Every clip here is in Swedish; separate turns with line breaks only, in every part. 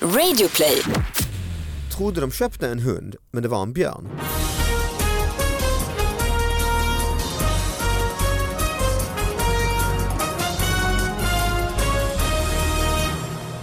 Radioplay.
Trodde de köpte en hund, men det var en björn.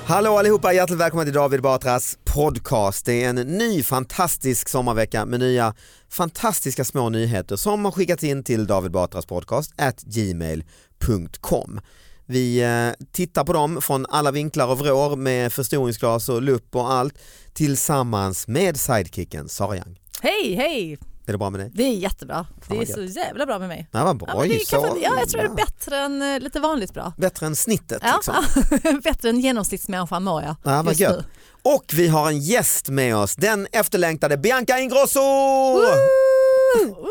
Hallå allihopa, hjärtligt välkomna till David Batras podcast. Det är en ny fantastisk sommarvecka med nya fantastiska små nyheter som har skickats in till David Batras podcast at gmail.com. Vi eh, tittar på dem från alla vinklar och vrår med förstoringsglas och lupp och allt tillsammans med sidekicken Sara Young.
Hej, hej!
Är det bra med dig?
Det är jättebra. det är
vad
så jävla bra med mig.
Ja, vad
Ja,
bra
men
ju.
det är kanske,
Så-
ja, jag tror det är
ja.
bättre än eh, lite vanligt bra.
Bättre än snittet.
Ja,
Liksom.
bättre än genomsnittsmänniskan mår jag
Ja, vad
just
gött.
nu.
Och vi har en gäst med oss, den efterlängtade Bianca Ingrosso!
Woo!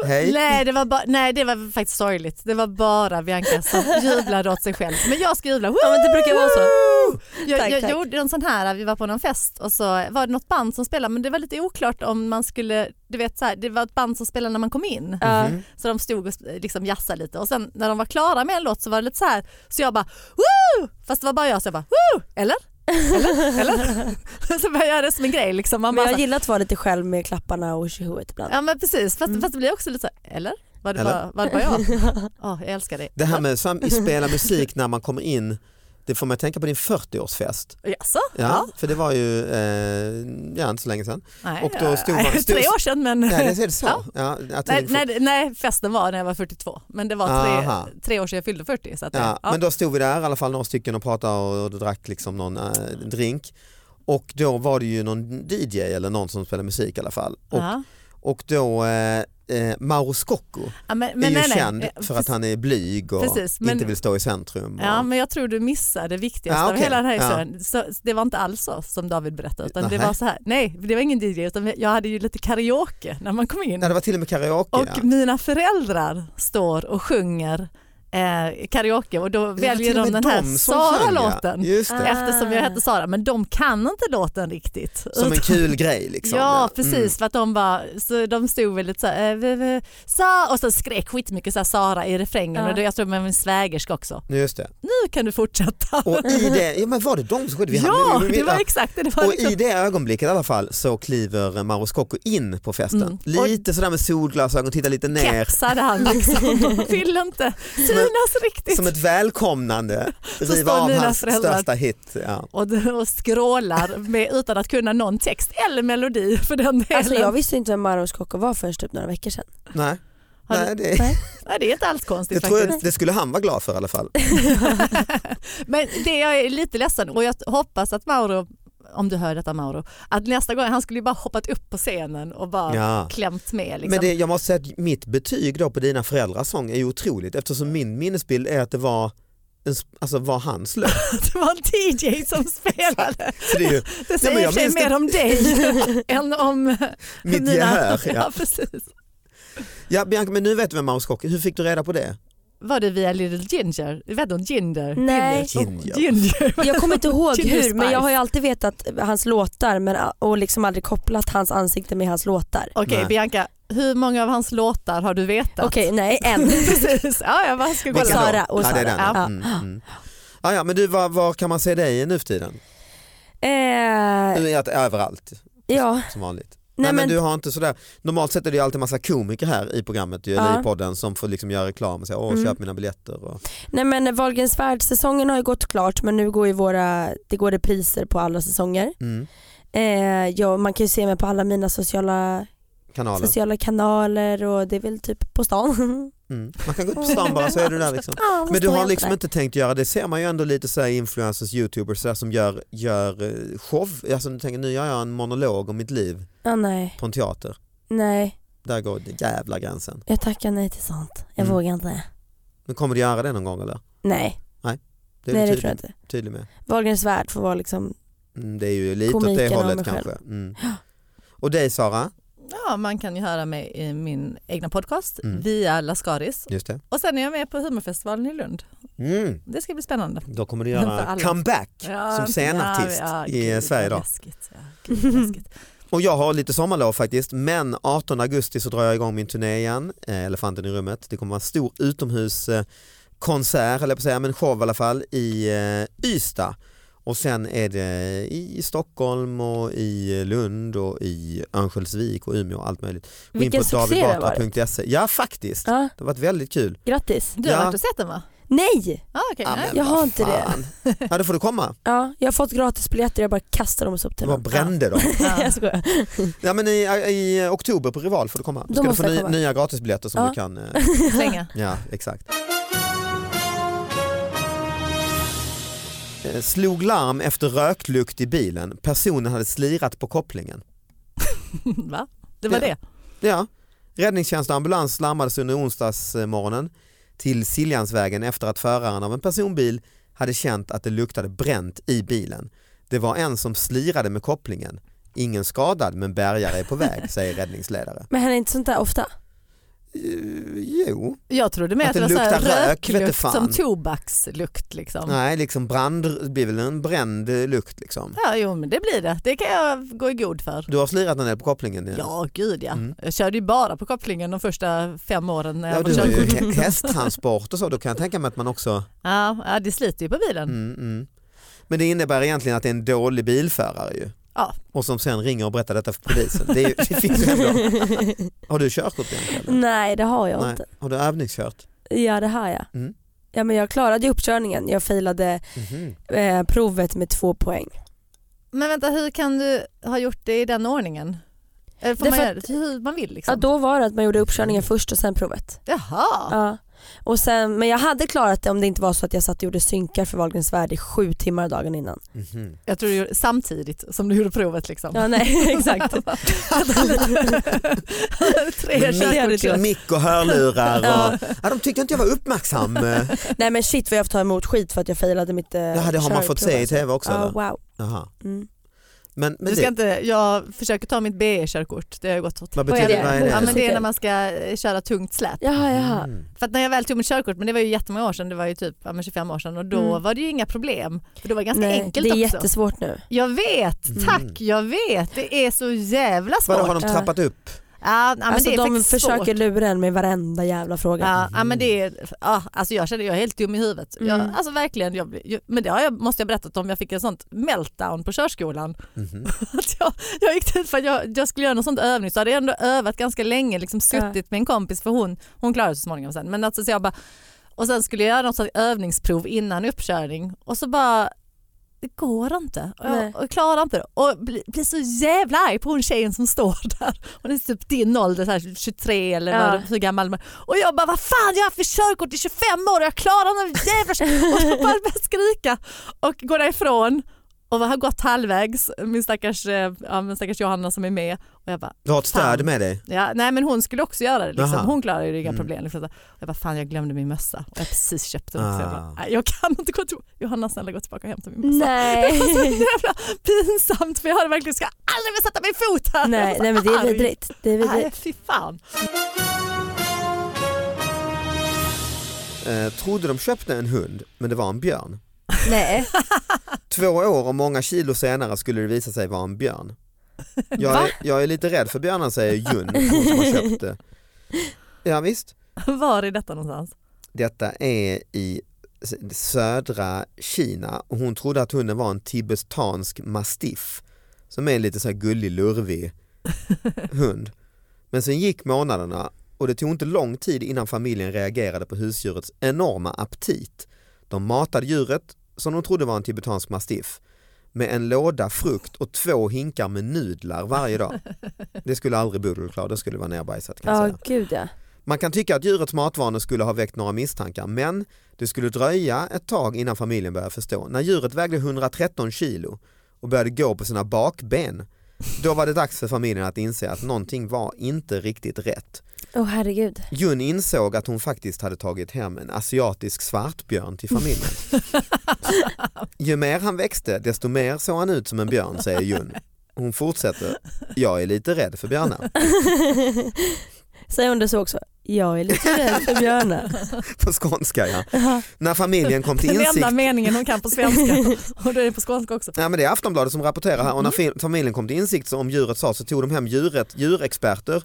Hej.
Nej det, var bara, nej det var faktiskt sorgligt. Det var bara Bianca som jublade åt sig själv. Men jag ska jubla. Woo!
Ja, men det brukar vara så.
Jag,
Tack,
jag
tack.
gjorde en sån här, vi var på någon fest och så var det något band som spelade men det var lite oklart om man skulle, du vet så här, det var ett band som spelade när man kom in. Så de stod och eh, liksom jassade lite och sen när de var klara med en låt så var det lite så här, så jag bara woo! Fast det var bara jag så jag bara woo! Eller? Eller? Eller? så började jag göra det som en grej liksom. Man
Men
bara,
jag
så-
gillar att vara lite själv med klapparna och tjohoet ibland.
Ja men precis, fast, fast det blir också lite så här, eller? Var det,
Eller?
Bara, var det bara jag? Ja, jag älskar dig.
Det här med att spela musik när man kommer in, det får mig att tänka på din 40-årsfest.
Jaså?
Ja, För det var ju eh, ja, inte så länge sedan.
Nej,
Och då stod man-
nej,
stod-
tre år sedan men...
Nej, det är det så.
Ja.
Ja, att
Nej,
det-
nej, nej, festen var när jag var 42 men det var
Aha.
tre, tre år sedan jag fyllde 40. Så att
Ja,
det, ja.
Men då stod vi där i alla fall några stycken och pratade och, och drack liksom någon eh, drink. Och då var det ju någon DJ eller någon som spelade musik i alla fall. Och,
Ja.
och då eh, eh, Mauro Scocco
Ja, men,
är
men
ju
nej, nej.
känd
Eh,
för att han är blyg och
Precis, men-
inte vill stå i centrum. Och,
Ja men jag tror du missade det viktigaste
Ja,
av
okej.
hela den här
Ja.
historien. Så det var inte alls så som David berättade utan det
Nej.
var så här, nej det var ingen DJ utan jag hade ju lite karaoke när man kom in.
Nej, det var till och med karaoke.
Och
ja.
mina föräldrar står och sjunger eh, karaoke och då
Det var
väljer
till och
de
med
den här
de som sjöng, ja.
Sara-låten.
Just det.
Eftersom jag heter Sara, men de kan inte låten riktigt.
Som en
Utan-
kul grej liksom.
Ja
Mm.
precis för att de bara, så de stod väl lite så här, eh, v- v- Sa- och så skrek skitmycket så här, Sara i refrängen
Ja.
och det, jag tror med min svägerska också.
Just det.
Nu kan du fortsätta.
Och i det, ja, men var det de som skedde? Vi
ja
hade- vi- vi-
det var
ja.
exakt det. det var
och
liksom,
i det ögonblicket i alla fall så kliver Mauro Scocco in på festen.
Mm. Och-
Lite sådär med solglasögon, tittar lite ner.
kepsade han liksom, de vill inte synas riktigt.
Som ett välkomnande. Riva
står
av
mina
hans
föräldrar.
största hit. Ja.
och, och skrålar med, utan att kunna någon text eller melodi för den delen.
Alltså jag visste inte vem Maro Scocco var förrän typ några veckor sedan.
Nej.
Har du-
Nej, det,
Nej.
Nej, det är inte alls konstigt
jag tror
faktiskt.
jag, det skulle han vara glad för i alla fall.
Men det jag är lite ledsen och jag hoppas att Mauro, om du hör detta Mauro, att nästa gång, han skulle ju bara hoppat upp på scenen och bara
Ja.
klämt med. Liksom.
Men det, jag måste säga att mitt betyg då på dina föräldrars sång är ju otroligt eftersom min minnesbild är att det var, en, sp- alltså var hans låt.
det var en DJ som spelade.
Så det är ju
Det säger
jag
i och för sig
minns det.
mer om dig än om
mitt
mina...
gehör. Ja.
Ja, precis.
Ja, Bianca, men nu vet du vem Mauro Scocco är. Hur fick du reda på det?
Var det via Little Ginger? Vet du, Ginger?
Nej.
Ginger.
Ginger.
Jag kommer inte ihåg
Chili
hur
Spice.
men jag har ju alltid vetat hans låtar men, och liksom aldrig kopplat hans ansikte med hans låtar.
Okej
Nej.
Bianca, hur många av hans låtar har du vetat?
Okej, nej en.
Precis, ja, jag bara ska
Vilka
kolla.
då?
Sara och
Ja, det är den.
Sara. Ja.
Mm, mm. Ah, ja, men du, var, var kan man se dig nu för tiden?
Eh,
Nu är det överallt
ja,
som vanligt. Nej,
nej
men,
men
du har inte sådär. Normalt sett är det ju alltid massa komiker här i programmet ju, eller
Ja.
i podden som får liksom göra reklam och säga åh
Mm.
köp mina biljetter. Och...
Nej men Wahlgrens värld-säsongen har ju gått klart men nu går ju våra, det går repriser på alla säsonger.
Mm.
Eh, ja, man kan ju se mig på alla mina sociala,
Kanaler.
sociala kanaler och det är väl typ på stan.
Mm. Man kan gå ut på stan bara så är du där liksom.
Ja, så
Men du
står
har
jag
liksom
där.
inte tänkt göra, det ser man ju ändå lite såhär influencers, youtubers sådär, som gör, gör eh, show. Alltså du tänker nu gör jag en monolog om mitt liv
Ja, nej,
på en teater.
nej.
Där går det jävla gränsen.
Jag tackar nej till sånt. Jag
Mm.
vågar inte.
Men kommer du göra det någon gång eller?
Nej,
Det är typ
nej
du
det tror jag
tydlig,
inte.
tydlig med.
Wahlgrens värld får vara liksom,
Mm, det är ju lite åt
Komiken
det
och
hållet
mig
kanske.
själv.
Mm. Och dig Sara,
Ja, man kan ju höra mig i min egna podcast
Mm.
via Lascaris.
just det.
Och sen är jag med på humorfestivalen i Lund.
Mm.
Det ska bli spännande.
Då kommer du
För
göra
alla.
comeback
Ja,
som scenartist i
gud,
Sverige
vad
idag.
Läskigt, ja, gud, vad läskigt.
Och jag har lite sommarlov faktiskt men 18 augusti så drar jag igång min turné igen, eh, Elefanten i rummet. Det kommer vara en stor utomhuskonsert, eller på att säga, men show i alla fall, i eh, Ystad. Och sen är det i Stockholm och i Lund och i Örnsköldsvik och Umeå och allt möjligt. Gå in
Vilken
på
succé det har varit.
davidbatra.se. Ja faktiskt,
Ja,
det har varit väldigt kul.
grattis.
Du har
Ja.
varit och sett den va?
Nej!
Ah, okay,
Ja, men
jag
vad
har inte det.
fan. Ja då får du komma,
Ja, jag har fått gratisbiljetter, jag bara kastar dem i
du
soptunnan.
bara brände dem.
Ja.
jag skojar.
Ja men i, i oktober på Rival får du komma.
Då
Då ska du
måste
få
jag
ny,
komma.
nya gratisbiljetter som
Ja.
du kan eh,
Slänga.
Ja, exakt. Eh, Slog larm efter röklukt i bilen. Personen hade slirat på kopplingen.
Va? Det var
Ja.
det?
Ja. Räddningstjänst och ambulans larmades under onsdagsmorgonen till Siljansvägen efter att föraren av en personbil hade känt att det luktade bränt i bilen. Det var en som slirade med kopplingen. Ingen skadad men bärgare är på väg, säger räddningsledare.
Men händer inte sånt där ofta?
Eh, Jo,
Jag trodde mer
Att
att,
det
det var så här
luktar rök, vet du
röklukt
fan.
som tobakslukt liksom.
nej liksom brand, det blir väl en bränd eh, lukt liksom.
Ja, jo men det blir det. Det kan jag gå i god för.
Du har slirat en del på kopplingen?
Ja, gud ja.
Mm.
Jag körde ju bara på kopplingen de första fem åren. När jag
Ja,
var
du har ju
körkort.
hä- hästtransport och så, då kan jag tänka mig att man också...
ja, ja, det sliter ju på bilen.
Mm, mm. Men det innebär egentligen att det är en dålig bilförare ju.
Ja.
Och som sen ringer och berättar detta för polisen. Det, är, ju- det finns ju ändå. Har du körkort egentligen?
Mm.
eller?
Nej det har jag
Nej.
inte.
Har du övningskört?
Ja det har jag.
Mm.
Ja men jag klarade ju uppkörningen, jag failade
Mhm.
eh, provet med två poäng.
Men vänta, hur kan du ha gjort det i den ordningen? Eller Får
Därför
man göra
att-
det hur man vill liksom?
Ja då var det att man gjorde uppkörningen först och sen provet.
Jaha,
Ja. Och sen, men jag hade klarat det om det inte var så att jag satt och gjorde synkar för Wahlgrens värld i sju timmar dagen innan.
Mhm.
jag tror du gjorde samtidigt som du gjorde provet liksom.
Ja nej exakt.
Tre
Men
det hade
körkort.
inte jag.
Mick och hörlurar
Ja.
och... Ja, de tyckte inte jag var uppmärksam.
nej men shit vad jag har fått ta emot skit för att jag failade mitt eh,
Det här, det har man fått se i
körprov.
tv också
Ja
eller?
wow.
Jaha.
Mm.
Men, men
Du ska
det,
inte, jag försöker ta mitt BE-körkort, det har jag gått åt.
vad betyder
det?
vad är
det?
Ja, men det är
Motorcykel.
när man ska eh, köra tungt släp.
Jaha jaha.
Mm.
För att när jag väl tog mitt körkort, men det var ju jättemånga år sedan, det var ju typ ja, men 25 år sedan och då
Mm.
var det ju inga problem. För det var ganska
Nej,
enkelt
det är
också.
jättesvårt nu.
Jag vet,
Mm.
tack, jag vet. Det är så jävla svårt.
Vadå, har
Ja,
de trappat upp?
ja, men
alltså
det är
de
faktiskt
försöker
svårt.
lura en med varenda jävla fråga.
Ja,
Mm.
ja, men det är, ja, alltså jag känner jag är helt dum i huvudet. Jag,
Mm.
alltså verkligen, jag, blir- ju- men det har jag, måste jag berättat om, jag fick en sånt meltdown på körskolan.
Mhm.
Att jag, jag gick dit för att jag, jag skulle göra någon sånt övning så hade jag ändå övat ganska länge, liksom suttit med en kompis för hon, hon klarade sig så småningom sen. Men alltså, så jag bara, och sen skulle jag göra något sånt övningsprov innan uppkörning och så bara det går inte. Och
Nej.
jag, och jag klarar inte det. Och blir blir så jävla arg på hon tjejen som står där. Hon är typ din ålder, så här 23 eller
Ja.
vad, hur gammal man Och jag bara, vad fan jag har haft för körkort i 25 år och jag klarar den här jävla kör-" Och så bara börjar jag skrika och går därifrån och har gått halvvägs, min stackars, eh, ja, min stackars Johanna som är med. Och jag bara,
Du har ett stöd
Fan.
med dig?
Ja, nej men hon skulle också göra det. Liksom.
Jaha.
Hon klarade ju det, inga
Mm.
problem. Liksom. Jag bara, fan jag glömde min mössa och jag har precis köpt den.
Ah.
också. Jag, bara, nej, jag kan inte gå tillbaka. Johanna snälla gå tillbaka och hämta min mössa.
Nej.
Det var så jävla pinsamt för jag hade verkligen, ska aldrig mer sätta min fot här.
nej, nej men det är vidrigt. Det är
Nej
vidrigt.
fy fan.
Eh, trodde de köpte en hund men det var en björn.
Nej.
Två år och många kilo senare skulle det visa sig vara en björn. Jag
Va?
är, jag är lite rädd för björnar säger Jun, hon som har köpt det. Ja, visst.
Var är detta någonstans?
Detta är i s- södra Kina och hon trodde att hunden var en tibetansk mastiff som är en lite så här gullig lurvig hund. Men sen gick månaderna och det tog inte lång tid innan familjen reagerade på husdjurets enorma aptit. De matade djuret, som de trodde var en tibetansk mastiff, med en låda frukt och två hinkar med nudlar varje dag. Det skulle aldrig Bodil klara, det skulle vara nerbajsat kan jag
Ja
Alltså.
säga.
gud ja.
Man kan tycka att djurets matvanor skulle ha väckt några misstankar men det skulle dröja ett tag innan familjen började förstå. När djuret vägde 113 kilo och började gå på sina bakben då var det dags för familjen att inse att någonting var inte riktigt rätt.
Åh herregud.
Jun insåg att hon faktiskt hade tagit hem en asiatisk svartbjörn till familjen. Ju mer han växte desto mer såg han ut som en björn säger Jun. Hon fortsätter, jag är lite rädd för björnar.
Säger hon det så också? Jag är lite rädd för björnar.
På skånska ja. När familjen kom till
Den
insikt
enda meningen hon kan på svenska och då är det på skånska också.
Ja, men det är Aftonbladet som rapporterar här och när
Mhm.
fi- familjen kom till insikt om djuret sa så tog de hem djuret, djurexperter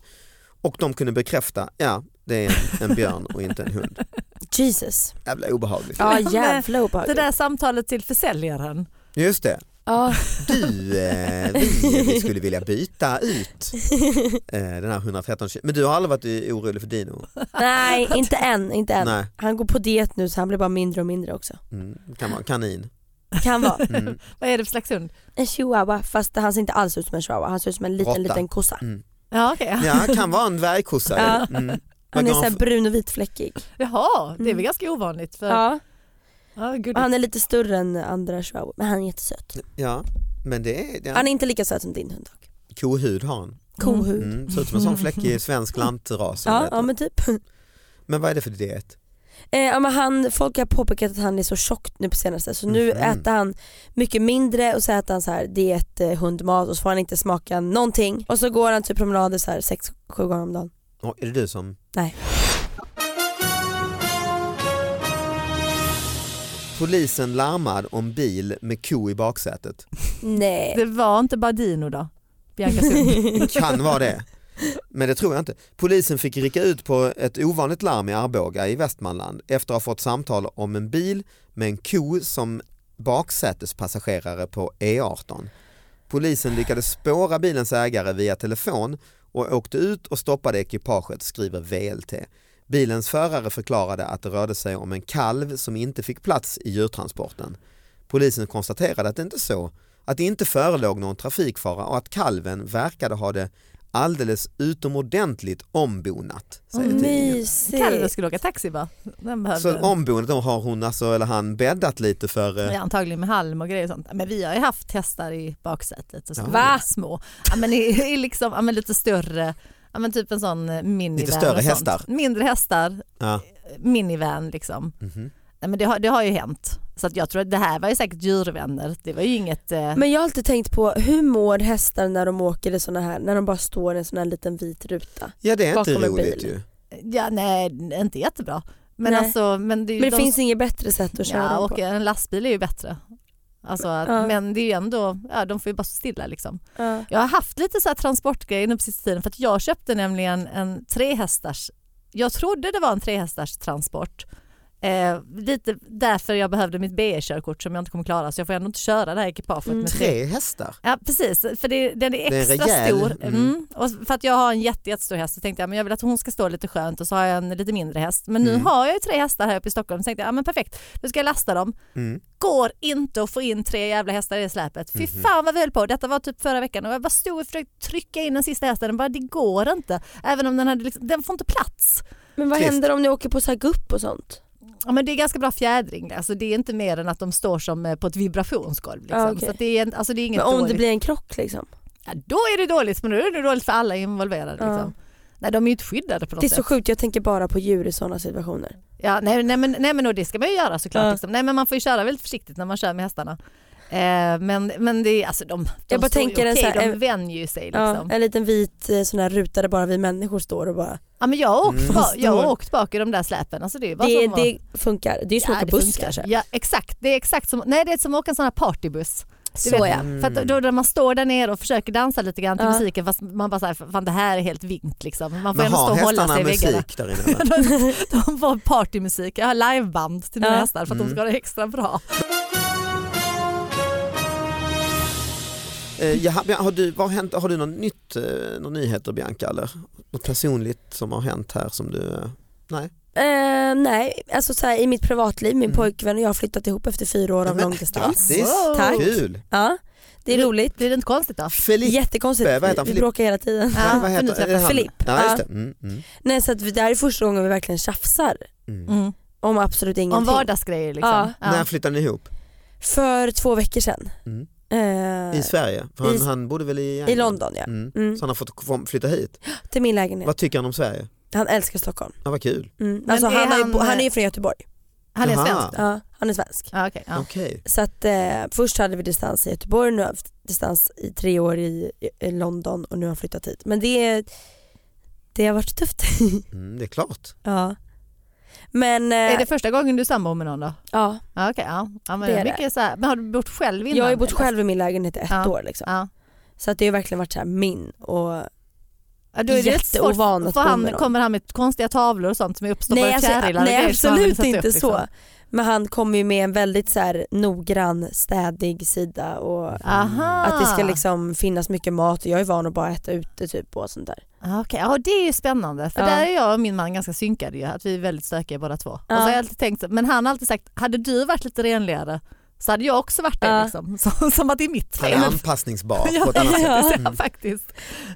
och de kunde bekräfta, ja det är en, en björn och inte en hund.
Jesus.
Jävla obehagligt.
Ja
Men-
jävla
Det
obehagligt.
där samtalet till försäljaren
Just det.
Ja,
Du, eh, vi, vi skulle vilja byta ut eh, den här 113 Men du har aldrig varit orolig för Dino?
nej inte än, inte än.
Nej.
Han går på diet nu så han blir bara mindre och mindre också.
Mm, kan vara kanin.
Kan vara
Mm.
Vad är det för slags hund?
en chihuahua fast han ser inte alls ut som en chihuahua, han ser ut som en liten
Råtta.
liten kossa.
Mm.
Ja, okej.
Ja, kan vara en dvärgkossa.
Ja.
Mm. Vad
Han är
går
såhär
för-
brun och vitfläckig.
Jaha, det är väl
Mm.
ganska ovanligt. För, ja.
Ja.
gud,
Och han är lite större än andra chihuahua men han är jättesöt.
Ja, men det är ja.
Han är inte lika söt som din hund dock.
kohud har han.
Kohud.
Mm, ser ut som en sån fläckig svensk lantras. som
Ja,
heter.
ja men typ.
Men vad är det för diet?
Eh, ja, men han, folk har påpekat att han är så tjock nu på senaste så nu
Mhm.
äter han mycket mindre och så äter han så här diet, eh, hundmat och så får han inte smaka någonting. Och så går han typ promenader så här 6-7 gånger om dagen.
Ja, är det du som?
Nej.
Polisen larmar om bil med ko i baksätet.
Nej.
det var inte bara Dino då? Bianca Sund.
Kan vara det. Men det tror jag inte. Polisen fick rycka ut på ett ovanligt larm i Arboga i Västmanland efter att ha fått samtal om en bil med en ko som baksätespassagerare på E18. Polisen lyckades spåra bilens ägare via telefon och åkte ut och stoppade ekipaget, skriver VLT. Bilens förare förklarade att det rörde sig om en kalv som inte fick plats i djurtransporten. Polisen konstaterade att det inte så, att det inte förelåg någon trafikfara och att kalven verkade ha det alldeles utomordentligt ombonat. Säger tidningen.
Kalle
Mysigt.
skulle åka taxi bara. Den behövde.
Så ombonat, då har hon alltså, eller han bäddat lite för eh,
Ja, antagligen med halm och grejer och sånt. Men vi har ju haft hästar i baksätet. Och så,
Ja.
Va?
Små. Ja, men i, i liksom, ja, men lite större, ja, men typ en sån eh, minivan.
Lite större
och sånt.
hästar.
Mindre hästar,
ja.
eh, minivan liksom.
mhm.
Ja, men det, har, det har ju hänt. Så att jag tror att det här var ju säkert djurvänner. Det var ju inget... Eh,
Men jag har alltid tänkt på hur mår hästar när de åker i såna här, när de bara står i en sån här liten vit ruta.
ja det är inte
Bakom en
roligt
bil.
ju.
ja, nej, inte jättebra. Men
Nej.
alltså... Men det, är ju
Men det
de-
finns inget bättre sätt att köra
ja,
dem
och
på.
en lastbil är ju bättre. Alltså, att,
Ja.
Men det är ju ändå, ja, de får ju bara stå stilla liksom.
Ja.
Jag har haft lite så här transportgrejer nu på sista tiden för att jag köpte nämligen en trehästars, jag trodde det var en trehästars transport. Eh, lite därför jag behövde mitt BE-körkort som jag inte kommer klara så jag får ändå inte köra det här ekipaget
Mm.
med tre.
Tre hästar?
Ja precis, för det, den är
är
extra
rejäl.
stor.
Mm.
Mm. Och för att jag har en jätte, jättestor häst så tänkte jag men jag vill att hon ska stå lite skönt och så har jag en lite mindre häst. Men nu
Mm.
har jag ju tre hästar här uppe i Stockholm så tänkte jag ja, men perfekt, nu ska jag lasta dem
Mm.
går inte att få in tre jävla hästar i släpet. Fy
Mhm.
fan vad vi höll på. Detta var typ förra veckan och jag bara stod och försökte trycka in den sista hästen. Den bara, det går inte. Även om den hade liksom, den får inte plats.
Men vad
Trist.
händer om ni åker på så här gupp och sånt?
Ja, men det är ganska bra fjädring. Alltså, det är inte mer än att de står som eh, på ett vibrationsgolv. Liksom.
Ja, okej.
Så att det är, en- alltså, det är inget
Men om det
dåligt.
blir en krock liksom?
Ja, då är det dåligt, men då är det dåligt för alla involverade.
Ja.
Liksom. Nej, de är ju inte skyddade på något
Det är
sätt.
så sjukt, jag tänker bara på djur i sådana situationer.
Ja, nej, nej, men, nej men och det ska man ju göra såklart.
Ja.
Liksom. Nej, men man får ju köra väldigt försiktigt när man kör med hästarna. Eh, men, men det är alltså de, de,
Jag bara
står ju
tänker en
okej,
så här- eh,
de vänjer ju sig.
Ja,
Liksom.
en liten vit eh, sån här ruta där bara vi människor står och bara.
Ja, men jag har åkt,
Mm.
ba- jag har
Förstår.
åkt bak i de där släpen. Alltså, det är ju bara
Det,
som att-
det funkar, det är ju som att åka buss
funkar.
kanske.
Ja exakt, det är exakt som, nej, det är som att åka en sån här partybuss. Du
Så
vet,
ja.
Mm.
För att då när man står där nere och försöker dansa lite grann till
Ja.
musiken fast man bara såhär, fan det här är helt vinkt liksom. Man får
Men
ändå stå
har
och hålla sig
hästarna
i väggarna.
musik där inne? eller?
De får partymusik, jag har liveband till mina
Ja.
hästar för att de
Mm.
ska ha det extra bra.
Eh, Jaha, Bian- har, du, vad har, hänt, har du någon, nytt, eh, någon nyheter Bianca eller något personligt som har hänt här som du eh,
Eh, nej, alltså så här, i mitt privatliv, min
Mm.
pojkvän och jag har flyttat ihop efter fyra år av
Men,
långdistans.
Grattis!
Wow.
Tack.
Kul!
Ja, det är
Vi-
roligt.
Blir det inte konstigt då?
Felipe,
Jättekonstigt,
Vad heter han?
vi
Filip?
bråkar hela tiden.
Ja,
vad
för
heter
nu
är det
träffas
han?
Filip.
Ja, just
Ja.
det. Mm, mm,
Nej så att vi- det här är första gången vi verkligen tjafsar
mm.
Mm.
om absolut
Om
ingenting.
vardagsgrejer liksom.
Ja.
När flyttade ni ihop?
För två veckor sedan.
Mm.
Eh,
I Sverige? För han,
i-
han bodde väl i
I London ja,
Mm.
Mm.
Så han har fått kom- flytta hit.
till min lägenhet.
Vad tycker han om Sverige?
Han älskar Stockholm.
Ja, vad kul.
Mm.
Men
Alltså,
är
han, har ju
han-
bo- han är ju från Göteborg,
Han är
Jaha.
svensk då?
ja, han är svensk.
Ja, okej, ja.
Okej.
Så att eh, först hade vi distans i Göteborg, nu har vi haft distans i tre år i, i- i London och nu har han flyttat hit. Men det, det har varit tufft.
Mm, det är klart.
ja. Men eh,
Är det första gången du sambo med någon då?
ja,
Ja, okej, ja. Ja, men,
Det
det
är det.
mycket Så här, men har du bott själv innan?
jag har ju bott
eller?
själv i min lägenhet i ett
Ja.
år liksom.
Ja.
Så att det har verkligen varit så här min och
Ja, då är det lite svårt
Jätteovan att
för
bo
han
med dem.
kommer han med konstiga tavlor och sånt som är uppstoppade
Nej, alltså,
fjärilar och
nej
grejer som han
absolut
hade satt
inte
upp,
så.
liksom.
Men han kommer ju med en väldigt så här, noggrann, städig sida och
Aha.
att det ska liksom finnas mycket mat och jag är van att bara äta ute typ och sånt där.
Ah, Okej, ja det är ju spännande för
Ja.
där är jag och min man ganska synkade ju, att vi är väldigt stökiga båda två.
Ja.
Och så har jag alltid tänkt, så- men han har alltid sagt, hade du varit lite renligare så hade jag också varit det
Ja.
liksom. Så, som att det är mitt
Han
fel.
är anpassningsbar
Ja,
på ett annat sätt.
det är
Mm.
jag faktiskt.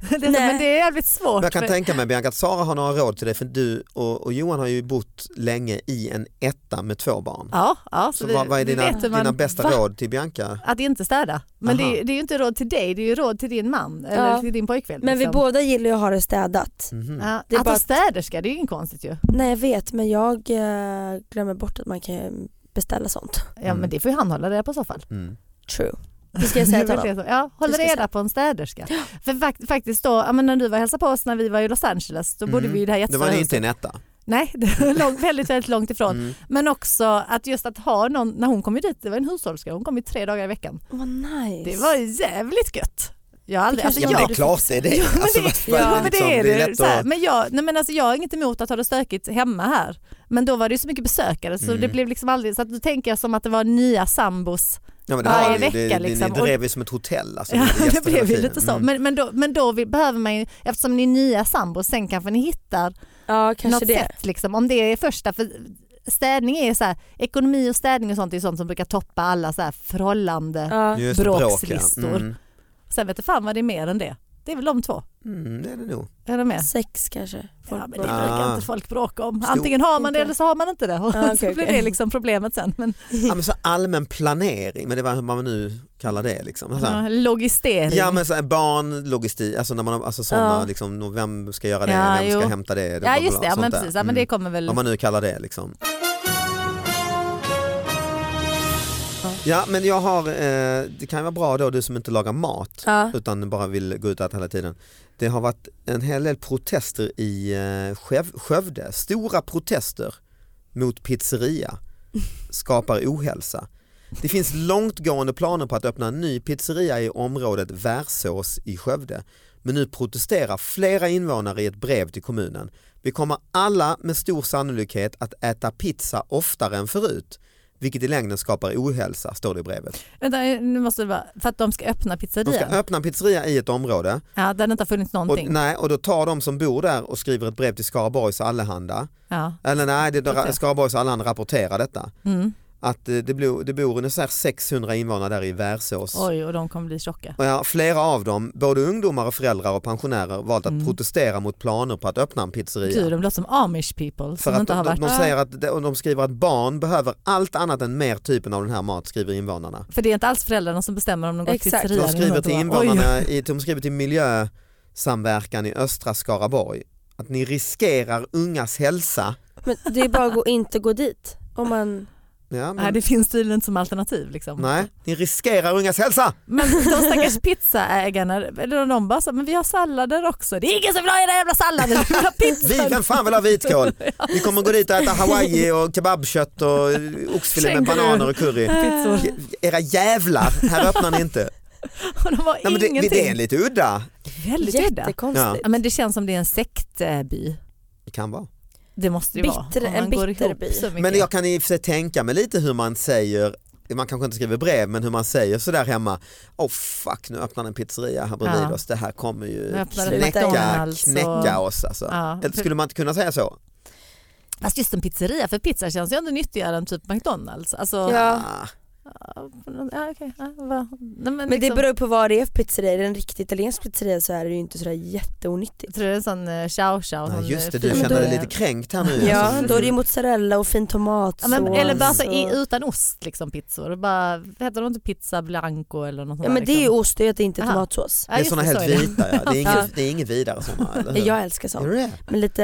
Det är så,
Nej.
men det är jävligt svårt.
Men jag kan
för-
tänka mig Bianca att Sara har några råd till dig för du och, och Johan har ju bott länge i en etta med två barn.
ja, ja, så
Så
vi,
vad, vad är
vi
dina,
vet hur man-
dina bästa
Va?
råd till Bianca?
Att inte städa. Men det,
Aha.
är- det är ju inte råd till dig, det är ju råd till din man
Ja.
eller till din pojkvän.
Men vi
liksom.
båda gillar ju att ha det städat.
Mhm.
Ja,
det är bara
att vara
att-
städerska, det är ju inget konstigt ju.
Nej jag vet men jag eh, glömmer bort att man kan beställa sånt.
Ja,
Mm.
Men det får ju han hålla reda på i så fall.
Mm.
True. Det ska jag säga till
Det är
honom.
väl det som- Ja, håll
Det ska jag
reda på en städerska. För fakt, faktiskt då, ja, men när du var och hälsade på oss när vi var i Los Angeles, då bodde
Mm.
vi i det här
Det
jättestora
var ju
huset.
inte en etta.
Alltså, Nej, det var lång, väldigt, väldigt långt ifrån.
Mm.
Men också att just att ha någon, när hon kom ju dit, det var en hushållerska, hon kom ju tre dagar i veckan.
Vad nice.
Det var jävligt gött. Jag har aldrig,
Det
alltså,
kanske
Ja,
jag,
men det
gör du
är klart det är det. Alltså, vad- vad
Ja,
är
Ja,
det
men det
liksom?
är
Det är
det.
lätt
Så här,
att-
Men jag, nej men alltså jag har inget emot att ha det stökigt hemma här. Men då var det ju så mycket besökare så
Mm.
det blev liksom aldrig, så att då tänker jag som att det var nya sambos.
Ja, men det
varje
har vi ju. Det,
vecka,
det,
liksom.
Ni drev ju som ett hotell. Alltså,
Ja,
med gäster
det blev
hela
ju
tiden.
lite så.
Mm.
Men, men då, men då vi, behöver man ju, eftersom ni är nya sambos, sen kanske ni hittar
Ja kanske
något
det.
sätt liksom. Om det är första, för städning är ju så här, ekonomi och städning och sånt är ju sånt som brukar toppa alla så här förhållande.
Ja.
Just det, bråk, ja.
bråkslistor.
Mm.
Sen vet du fan vad det är mer än det. Det är väl de två,
Mm, det är det nog.
är du med?
Sex kanske.
Ja, men det
bråkar.
brukar
Ah.
inte folk bråka om.
Stor-
Antingen har man
Inte.
det eller så har man inte det. Och
Ah, okej,
så blir
okej.
det liksom problemet sen. Men,
Ja, men så allmän planering, men det var hur man nu kallar det. Liksom. Så här.
ja, logistering.
Ja men så här, barn, logistik, alltså när man har- alltså sådana,
Ja.
liksom, no- vem ska göra det,
Ja,
vem
jo.
ska hämta det, bla,
Ja,
bla,
just det,
bla,
ja,
sånt
men
där.
precis. Ja, men
Mm.
det kommer väl.
Vad man nu kallar det liksom. Ja men jag har, eh, det kan ju vara bra då du som inte lagar mat
Ja.
utan bara vill gå ut och äta hela tiden. Det har varit en hel del protester i eh, Skev- Skövde, stora protester mot pizzeria skapar ohälsa. Det finns långtgående planer på att öppna en ny pizzeria i området Värsås i Skövde. Men nu protesterar flera invånare i ett brev till kommunen. Vi kommer alla med stor sannolikhet att äta pizza oftare än förut, vilket i längden skapar ohälsa, står det i brevet.
Vänta, nu måste det vara, för att de ska öppna pizzerian.
De ska öppna en pizzeria i ett område
Ja, där det inte har funnits
och,
någonting.
nej, och då tar de som bor där och skriver ett brev till Skaraborgs Allehanda.
Ja.
Eller nej, det,
Okej.
Skaraborgs Allehanda rapporterar detta.
Mm.
Att eh, det, bor, det bor ungefär 600 invånare där i Värsås.
Oj, och de kommer bli tjocka.
Och ja, flera av dem, både ungdomar och föräldrar och pensionärer, valt att
Mm.
protestera mot planer på att öppna en pizzeria.
Gud, de låter som amish
För
people som
att
inte har
de,
varit.
de, säger att, och de skriver att barn behöver allt annat än mer typen av den här mat, skriver invånarna.
För det är inte alls föräldrarna som bestämmer om de går till
Exakt.
pizzerian.
De skriver
eller
till
något. Oj.
invånarna, i, de skriver till miljösamverkan i östra Skaraborg att ni riskerar ungas hälsa.
Men det är bara att gå, inte gå dit. Om man...
Ja,
Nej,
men,
det finns tydligen inte som alternativ. Liksom.
nej, ni riskerar ungas hälsa.
Men de stackars pizzaägarna, eller de bara så, men vi har sallader också. Det är ingen som vill ha era jävla sallader, vi vill ha
Vi,
pizza.
vem fan vill ha vitkål? Vi kommer gå dit och äta hawaii och kebabkött och oxfilé med
Känguru.
bananer och curry.
Pizzor.
J- Era jävlar, här öppnar ni inte.
Och de har
Nej, men det,
ingenting.
det är lite udda.
Väldigt udda.
Jättekonstigt.
Ja, men det känns som det är en sektby.
Det kan vara.
Det måste ju vara.
Bitter-
om man
en
går
bitter
ihop
by.
så mycket.
Men jag kan i och för sig tänka mig lite hur man säger man kanske inte skriver brev men hur man säger sådär hemma, oh fuck nu öppnar en pizzeria här bredvid
Ja.
oss, det här kommer ju
Nu öppnar
en
knäcka,
McDonald's och-
knäcka oss alltså.
Ja,
Eller
för-
Skulle man inte kunna säga så?
Fast just en pizzeria, för pizza känns ju ändå nyttigare än typ McDonalds. Alltså, ja.
Ja.
Ah,
okej. ja, vad- Nej, men
Men
liksom,
det beror ju på vad det är för pizzeria. Är det en riktigt italiensk pizzeria så är det ju inte sådär
jag
jätteonyttigt.
tror det är en sån eh, chow chow.
nej,
sån,
Ah, just det,
eh,
du
men
fin-
känner dig
då-
lite kränkt här nu.
Ja,
alltså.
då är det ju mozzarella och fin tomatsås.
Ja, men, eller bara så, i,
och-
utan ost liksom pizzor. Bara, heter de inte pizza blanco eller något sånt
Ja
där,
men det är ju
liksom?
ost, det är att det inte är
Aha.
tomatsås.
Ja,
Det är
just
sådana
så
helt
är det.
vita, ja. det, är
Ja.
inget, det är inget vidare sådana. eller hur?
Jag älskar
Är
sånt.
det det?
Med lite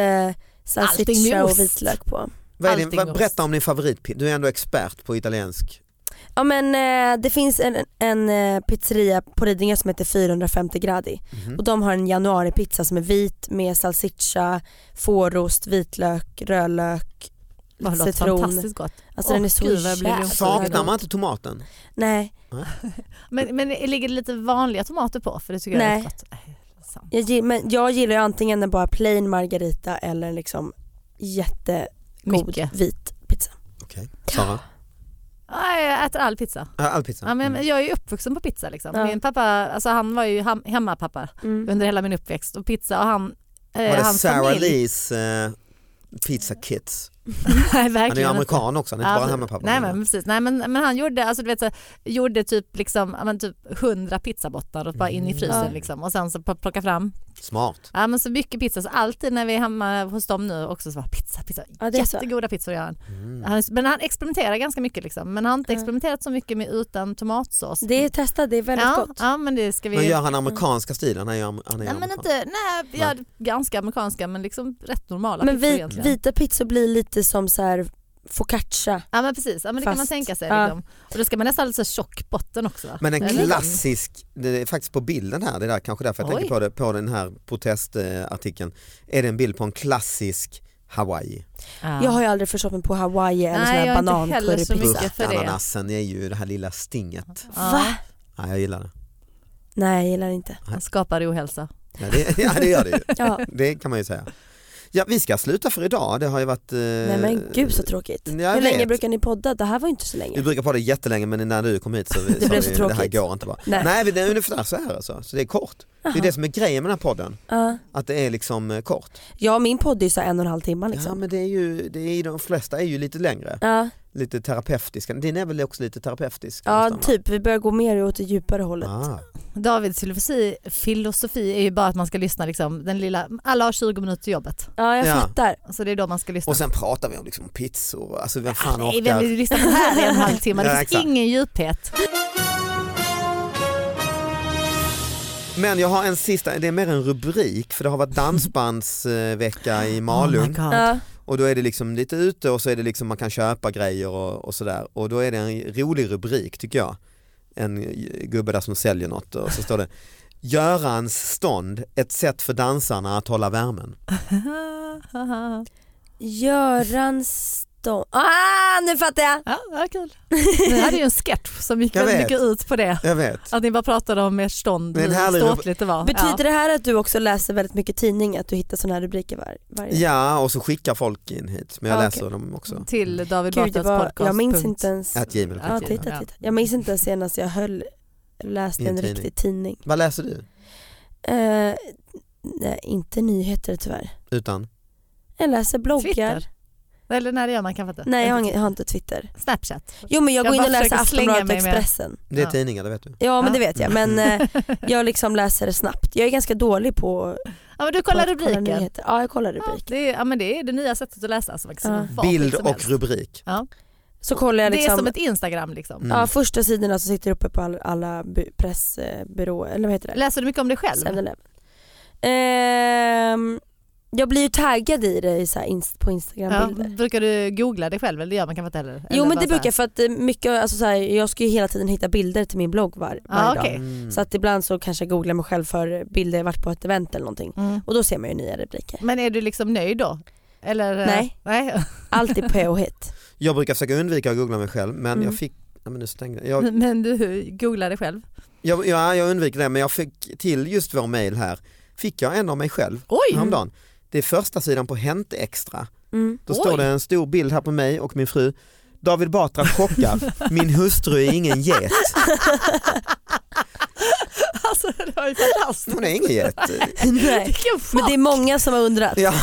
Allting med
salsiccia
ost.
och vitlök på.
Vad är din,
Allting
vad,
går
berätta om din favoritpizza, du är ändå expert på italiensk.
Ja men eh, det finns en, en eh, pizzeria på Lidingö som heter 450 gradi
Mm.
Mhm.
Mm-hmm.
och de har en januaripizza som är vit med salsiccia, fårost, vitlök, rödlök,
Vad låter
citron.
fantastiskt gott.
Alltså
Åh,
den är så
gud, vad jag blir
jävla
lugn.
Saknar
god.
man inte tomaten?
Nej,
Men, men ligger det lite vanliga tomater på? För det tycker jag är
Nej.
gott. Nej. sant.
jag gillar, men jag gillar ju antingen en bara plain margarita eller liksom jättegod
Mycket.
vit pizza.
Okej. Okej, Sara?
Nej, jag äter all pizza.
Äh, All pizza?
Ja,
Mm.
men jag är ju uppvuxen på pizza. Liksom.
Ja.
Min pappa alltså, han var ju hem- hemmapappa
Mm.
under hela min uppväxt och pizza och han eh,
Var det
hans
Sarah
familj.
Lees eh, Pizza Kids?
Nej, verkligen
Han är ju
inte.
amerikan också, han är
Ja,
inte bara
men-
hemmapappa.
Nej men precis, nej, men, men han gjorde, alltså, du vet, så, gjorde typ, liksom, ja, men, typ 100 pizzabottnar och bara in i
Mm.
frysen
Ja.
liksom, och sen så pl- plocka fram.
Smart.
Ja, men så mycket pizza, så alltid när vi är hemma hos dem nu också så bara pizza, pizza.
Ja, det är så.
Jättegoda pizzor gör han.
Mm.
han. Men han experimenterar ganska mycket liksom, men han har inte
Ja.
experimenterat så mycket med utan tomatsås.
Det är testat, det är väldigt
ja,
gott.
ja men det ska vi
Men gör han amerikanska stilen? Han är, am- han är
Mm. Nej men
amerikan.
inte, nej, ja, ganska amerikanska men liksom rätt normala
Men
pizzor
vit,
egentligen.
vita pizzor blir lite som så här focaccia.
Ja men precis, ja, men det kan man
Fast-
tänka sig.
ja.
Liksom. Och då ska man nästan ha lite så här tjock botten också. Va?
Men en
Eller?
klassisk, det är faktiskt på bilden här, det är där, kanske därför jag
Oj.
tänker på det, på den här protestartikeln, är det en bild på en klassisk Hawaii.
Ja.
Jag har ju aldrig förstått mig på Hawaii eller
Nej,
sån här
jag är inte heller så
banancurrypizza.
mycket. för det.
Burkananasen är ju det här lilla stinget.
Ja.
Va?
Ja, jag gillar det.
Nej jag gillar inte.
Han skapar ohälsa.
Ja, det, ja, det gör det ju.
Ja.
Det kan man ju säga. Ja, vi ska sluta för idag. Det har ju varit... eh,
Nej men gud så tråkigt.
Mm, jag
Hur länge
vet.
brukar ni podda? Det här var ju inte så
Vi
länge.
brukar prata jättelänge men när du kom hit så, vi,
Det
sa
blev så
vi det här
tråkigt.
går inte bara.
Nej.
Nej, det är ungefär så här alltså. Så det är kort. Det är det som är grejen med den här podden,
Ja.
att det är liksom eh, kort.
Ja min podd är ju så här en och en halv timme
Ja
liksom.
men det är ju, det är, ju- de flesta är ju lite längre,
Ja,
lite terapeutiska. Din är väl också lite terapeutisk?
ja
nästan, va?
typ vi börjar gå mer åt det djupare hållet.
Ah,
Davids filosofi, filosofi är ju bara att man ska lyssna liksom, den lilla, alla har 20 minuter till jobbet.
Ja jag
Ja.
fattar.
Så det är då man ska lyssna.
och sen pratar vi om liksom pizzor, alltså vem fan
Nej,
orkar?
vem vill lyssna på det här i en halvtimme? Det
Ja,
finns
exakt.
ingen djuphet.
Men jag har en sista, det är mer en rubrik för det har varit dansbandsvecka i
Oh
Malung
my God.
Ja.
och då är det liksom lite ute och så är det liksom man kan köpa grejer och, och sådär och då är det en rolig rubrik tycker jag. En gubbe där som säljer något och så står det Görans stånd, ett sätt för dansarna att hålla värmen.
Göran Ståhl. Ah nu fattar jag!
Ja, vad kul. Ni hade ju en sketch som gick
Jag
väldigt
vet.
mycket ut på det.
Jag vet.
Att ni bara pratade om ert stånd,
Det är en
hur
härlig
ståtligt det var.
Betyder det här att du också läser väldigt mycket tidning? Att du hittar sådana här rubriker var, varje
Ja, och så skickar folk in hit, men jag
Ah,
Ja,
läser dem
ja.
också.
Till David
Gud, det
Batras
var,
podcast.
jag minns
punkt.
inte ens.
Att Gmail.
Ja, titta,
Ja.
titta. Jag minns inte ens senast jag höll läste
I en
en
tidning.
riktig tidning.
Vad läser du?
Eh, nej, inte nyheter tyvärr.
Utan?
Jag läser bloggar.
Twitter? Eller när det gör man kanske inte.
Nej jag har, ingen, jag har inte Twitter.
Snapchat.
Jo men jag,
Jag
går in
bara
och läser
försöker slänga
Aftonbladet och
mig med- Ah.
Expressen.
Det är
Ja.
tidningar, det vet du.
Ja men det
Ja.
vet jag men eh, jag liksom läser det snabbt. Jag är ganska dålig på,
Ja, men du
på
kollar
att kolla
rubriken.
nyheter. Ja jag
Ah.
kollar rubrik.
Det är, ja, men det är det nya sättet att läsa. Alltså, liksom,
Ja.
vad
Bild
som
och
helst.
rubrik.
Så kollar jag
Det är
liksom,
som ett Instagram. Liksom.
Mm.
ja, första sidorna som sitter uppe på alla, alla bu- pressbyråer, eller vad heter det?
Läser du mycket om dig själv?
7-Eleven. Ehm, jag blir ju taggad i det i så här inst- på
Ja,
Instagram-bilder.
brukar du googla dig själv eller det gör man kanske inte heller?
Jo
eller
men det
bara så här-
brukar jag för att eh, mycket, alltså så här, jag ska ju hela tiden hitta bilder till min blogg var,
Ja,
varje
Ah, okej.
dag.
Mm.
Så att ibland så kanske jag googlar mig själv för bilder jag varit på ett event eller någonting.
Mm.
Och då ser man ju nya rubriker.
Men är du liksom nöjd då? Eller, eh,
Nej.
nej.
Allt är påhitt.
Jag brukar försöka undvika att googla mig själv, men
Mm.
jag fick Ja, men nu stängde jag. Jag,
Men du googlar dig själv?
jag, ja, jag undviker det men jag fick till just vår mail här, fick jag en av mig själv
Oj!
häromdagen. Det är första sidan på Hänt Extra.
Mm.
Då
Oj.
står det en stor bild här på mig och min fru. David Batra chockar, min hustru är ingen get.
Alltså det var ju fantastiskt.
Hon är ingen get.
Nej.
Vilken chock!
Men det är många som har undrat.
Ja,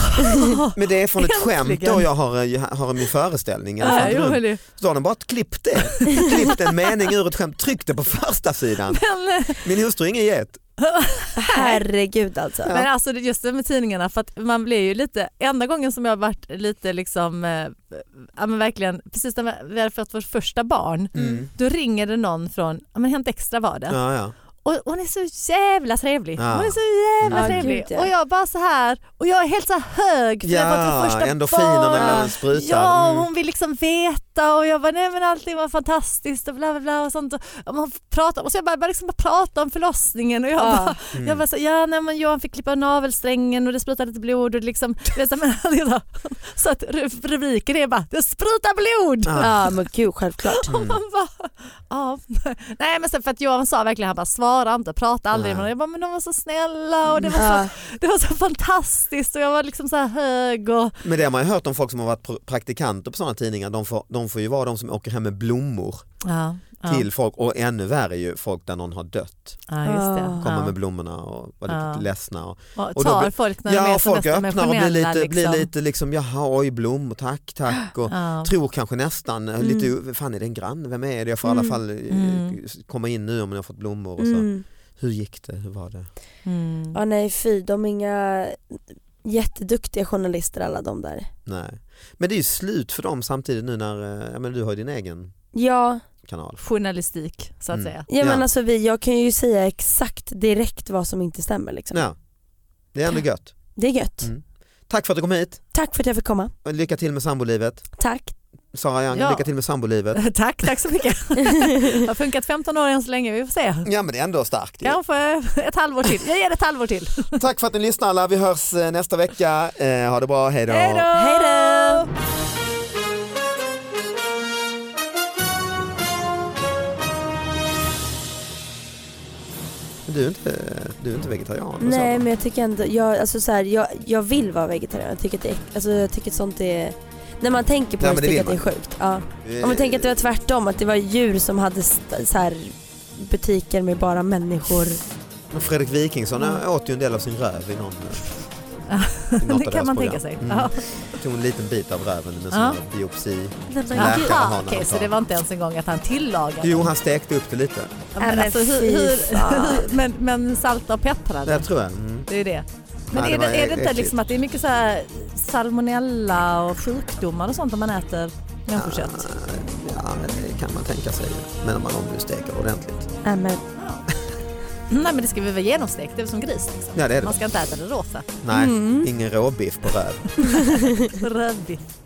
men det är från ett skämt
Äntligen.
då jag har, eh, jag har min föreställning. Jag
Ja,
har
jo,
ja,
men det-
så har de bara klippt det, klippt en mening ur ett skämt, tryckt det på första sidan.
men, eh,
Min hustru är ingen get.
Herregud alltså.
Ja.
men alltså det- just det med tidningarna för att man blir ju lite, enda gången som jag har varit lite liksom, eh, ja men verkligen, precis när vi hade fått vårt första barn,
Mm.
då ringer det någon från, ja men Hänt Extra var det,
Ja, ja.
och hon är så jävla trevlig.
Ja.
Hon är så jävla
Mm. Ja,
trevlig.
gud, ja.
Och jag bara så här och jag är helt så här hög för jag har fått
ja
första
endorfinerna
barn.
ja. sprutar.
Ja, och
Mm.
hon vill liksom veta och jag bara nej men allting var fantastiskt och bla bla bla och sånt. Och hon pratar, och så jag bara, bara liksom bara prata om förlossningen och jag
Ja.
bara,
Mm.
jag bara så, ja nej men Johan fick klippa navelsträngen och det sprutade lite blod och det liksom, du vet, så, men, det är så- så att ru- rubriken är bara det sprutar blod.
Ja.
ja men gud självklart.
Mm.
Man bara, ja. Nej men sen för att Johan sa verkligen, han bara svara inte, prata aldrig med
Nej. Mm.
någon. Jag bara men de var så snälla och det var så,
Ja.
det var så fantastiskt och jag var liksom så här hög och
Men det har man ju hört om folk som har varit pr- praktikanter på sådana tidningar, de får, de de får ju vara de som åker hem med blommor
Ja, ja.
till folk och ännu värre är ju folk där någon har dött.
Ja, just det.
Kommer
ja.
med blommorna och var lite
Ja.
ledsna. Och,
och
och då
tar
blir-
folk när de
ja,
är som
folk
mest
öppnar och blir
emotionella,
lite, blir
liksom.
lite liksom jaha oj blommor tack tack och
Ja.
tror kanske nästan eh, lite fan är det en grann vem är det jag får i alla
Mm.
fall eh,
Mm.
komma in nu om jag har fått blommor och så.
Mm.
Hur gick det, hur var det?
Mm.
Ja nej fy, de är inga jätteduktiga journalister alla de där.
Nej. Men det är ju slut för dem samtidigt nu när eh, ja, men du har ju din egen
Ja,
kanal.
Journalistik så att
Mm.
säga.
ja, men
Ja.
alltså vi, jag kan ju säga exakt direkt vad som inte stämmer liksom.
Ja. Det är ändå gött.
Det är gött.
Mm. Tack för att du kom hit.
Tack för att jag fick komma.
Och Lycka till med sambolivet.
Tack.
Sara Young,
Ja.
lycka till med sambolivet.
tack, tack så mycket. Det har funkat 15 år än så länge, vi får se.
Ja men det är ändå starkt. ju.
Kanske ett halvår till. Jag ger det ett halvår till.
Tack för att ni lyssnar alla. Vi hörs eh, nästa vecka. Eh, ha det bra, hej då.
Hej då!
Hej då!
Men Du är inte, eh, du är inte vegetarian? eller så?
Nej men jag tycker ändå, jag, alltså så här, jag, jag vill vara vegetarian. Jag tycker, att det, är- alltså, jag tycker att sånt är, när man tänker på
Ja,
det
men
så
det
tycker jag att det
vill
är sjukt. Ja.
Eh,
Om man tänker att det var tvärtom, att det var djur som hade st- så här, butiker med bara människor.
Men Fredrik Wikingsson eh, åt ju en del av sin röv i någon...
Ja,
i något av
Mm. det kan
deras
man
program.
tänka sig.
Mm.
Ja.
Tog en liten bit av röven med
Ja.
ja. biopsi. Läkare har
Aha,
någon
okej, så
tag.
det var inte ens en gång att han tillagade.
Jo, han stekte upp det lite.
Ja,
Nej,
men,
men
alltså, hur,
fy
hur,
fan.
men, men salta och peppra,
Det tror jag. Mm.
det är det. Men
Nej,
är,
det
det,
var
är det inte
äckligt.
liksom att det är mycket så här salmonella och sjukdomar och sånt om man äter människokött?
Ah. Eh, Ja, det kan man tänka sig. Men om man om nu steker ordentligt.
Nej men
Ja. Nej men det ska väl vara genomstekt, det är väl som gris liksom.
Ja, det är det.
Man ska inte äta det rosa.
Nej, ingen råbiff på röv.
Rödbiff.